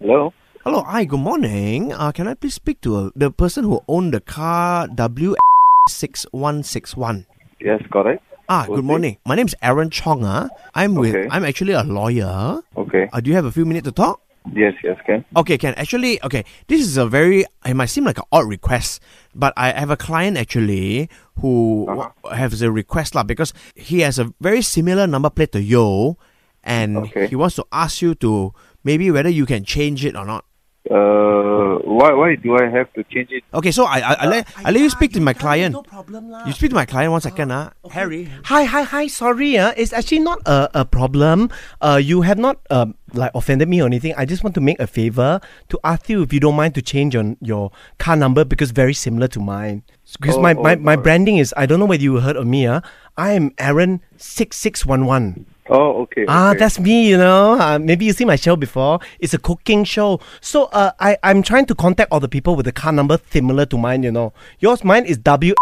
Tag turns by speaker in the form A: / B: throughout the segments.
A: Hello.
B: Hello, hi, good morning. Uh, can I please speak to uh, the person who owned the car W6161?
A: Yes, correct.
B: Ah,
A: Who's
B: good
A: this?
B: morning. My name's Aaron Chong. Ah, I'm with.
A: Okay.
B: I'm actually a lawyer.
A: Okay.
B: Uh, do you have a few minutes to talk?
A: Yes, yes, can.
B: Okay, can actually. Okay, this is a very. It might seem like an odd request, but I have a client actually who
A: Uh-huh.
B: w- has a request lah because he has a very similar number plate to yo, and
A: Okay.
B: he wants to ask you to maybe whether you can change it or not.
A: Uh, why why do I have to change it?
B: Okay, so I I, I let Uh, I let you speak to my client.
C: No problem lah.
B: You speak to my client one second, ah, Harry.
C: Hi, hi, hi. Sorry, uh, it's actually not a, a problem. Uh, you have not um, like offended me or anything. I just want to make a favor to ask you if you don't mind to change your, your car number because very similar to mine. Because
A: Oh,
C: my,
A: oh,
C: my,
A: alright.
C: my branding is I don't know whether you heard of me. Uh, I am Aaron six six one one.
A: Oh, okay.
C: Ah,
A: okay.
C: that's me. You know, uh, maybe you see my show before. It's a cooking show. So uh, I I'm trying to contact all the people with a car number similar to mine. You know, yours mine is W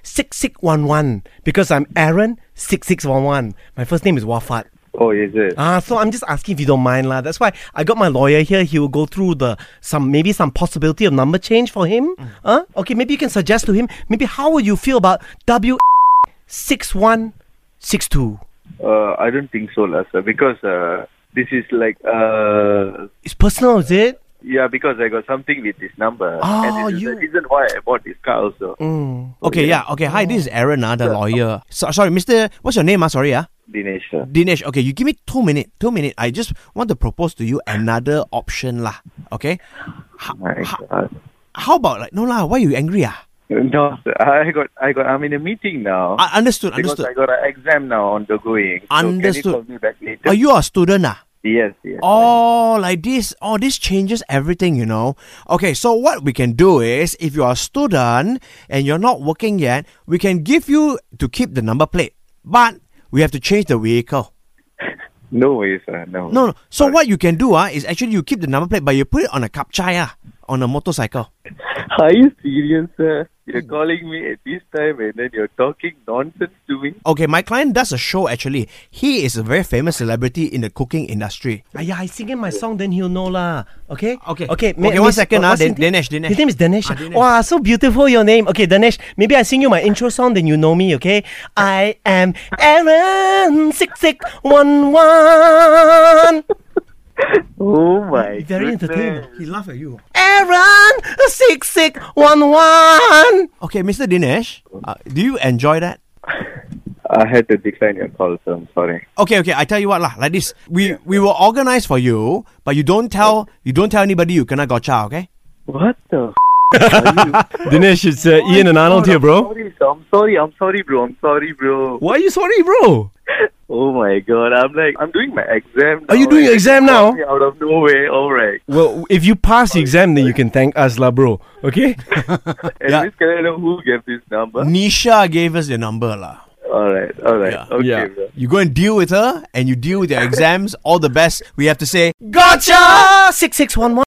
C: six six one one because I'm Aaron six six one one. My first name is Wafat.
A: Oh, is it?
C: Ah, so I'm just asking if you don't mind lah. That's why I got my lawyer here. He will go through the some maybe some possibility of number change for him. Huh? Okay, maybe you can suggest to him. Maybe how would you feel about W six one six two?
A: Uh, I don't think so, lah, sir. Because uh, this is like uh,
C: It's personal, is it?
A: yeah, because I got something with this number,
C: Oh,
A: and this is
C: you-
A: the reason why I bought this car also.
B: Ah, Mm. Okay, Oh, yeah. Okay, hi. This is Aaron, ah, the lawyer. So, sorry, Mister. What's your name? Ah, sorry, ah.
A: Dinesh, sir.
B: Dinesh. Okay, you give me two minutes. Two minutes. I just want to propose to you another option, lah. Okay. How,
A: My
B: how,
A: God.
B: how about like no lah? Why you angry ah?
A: No, sir. I got I got. I'm in a meeting now
B: I understood.
A: because
B: Ah,
A: I
B: Understood.
A: got an exam now on the going.
B: Understood.
A: So can you call me back later?
B: Are you a student ah?
A: Yes, yes.
B: Oh, like this. Oh, this changes everything, you know. Okay, so what we can do is if you're a student and you're not working yet, we can give you to keep the number plate. But we have to change the vehicle.
A: No way, sir. No.
B: No, no. So what you can do ah is actually you keep the number plate, but you put it on a capchai ah, on a motorcycle.
A: Are you serious, sir? You're calling me at this time and then you're talking nonsense to me?
B: Okay, my client does a show actually. He is a very famous celebrity in the cooking industry.
C: Yeah, I sing him my song, then he'll know lah. Okay?
B: Okay.
C: Okay,
B: Okay, one second, ah.
C: what's his
B: Dan-
C: name?
B: Dinesh, Dinesh.
C: His name is Dinesh.
B: Ah, Dinesh.
C: Wow, so beautiful your name. Okay, Dinesh, maybe I sing you my intro song, then you know me, okay? I am Aaron6611.
A: Oh my
C: Very
A: goodness.
C: entertaining.
B: He laughed at you.
C: Aaron6611.
B: Okay, Mr. Dinesh, uh, do you enjoy that?
A: I had to decline your call, sir. I'm sorry.
B: Okay, okay. I tell you what lah. Like this, we we will organize for you, but you don't tell you don't tell anybody you kena gotcha. Okay.
A: What the f- are you?
C: Dinesh, it's uh, Ian and Arnold here,
A: I'm sorry, sir. I'm sorry. I'm sorry, bro. I'm sorry, bro.
C: Why are you sorry, bro?
A: Oh my god. I'm like, I'm doing my exam.
C: Are you
A: now
C: doing your
A: and
C: exam
A: you call
C: now?
A: me Out of nowhere. All right.
C: Well, if you pass the exam, then you can thank us, lah, bro. Okay?
A: At
B: Yeah.
A: least can I know who gave this number?
B: Nisha gave us your number lah.
A: All right. All right.
B: Yeah.
A: Okay,
C: Yeah.
A: bro.
B: You go and deal with her, and you deal with your exams. All the best. We have to say
C: Gotcha! 6611.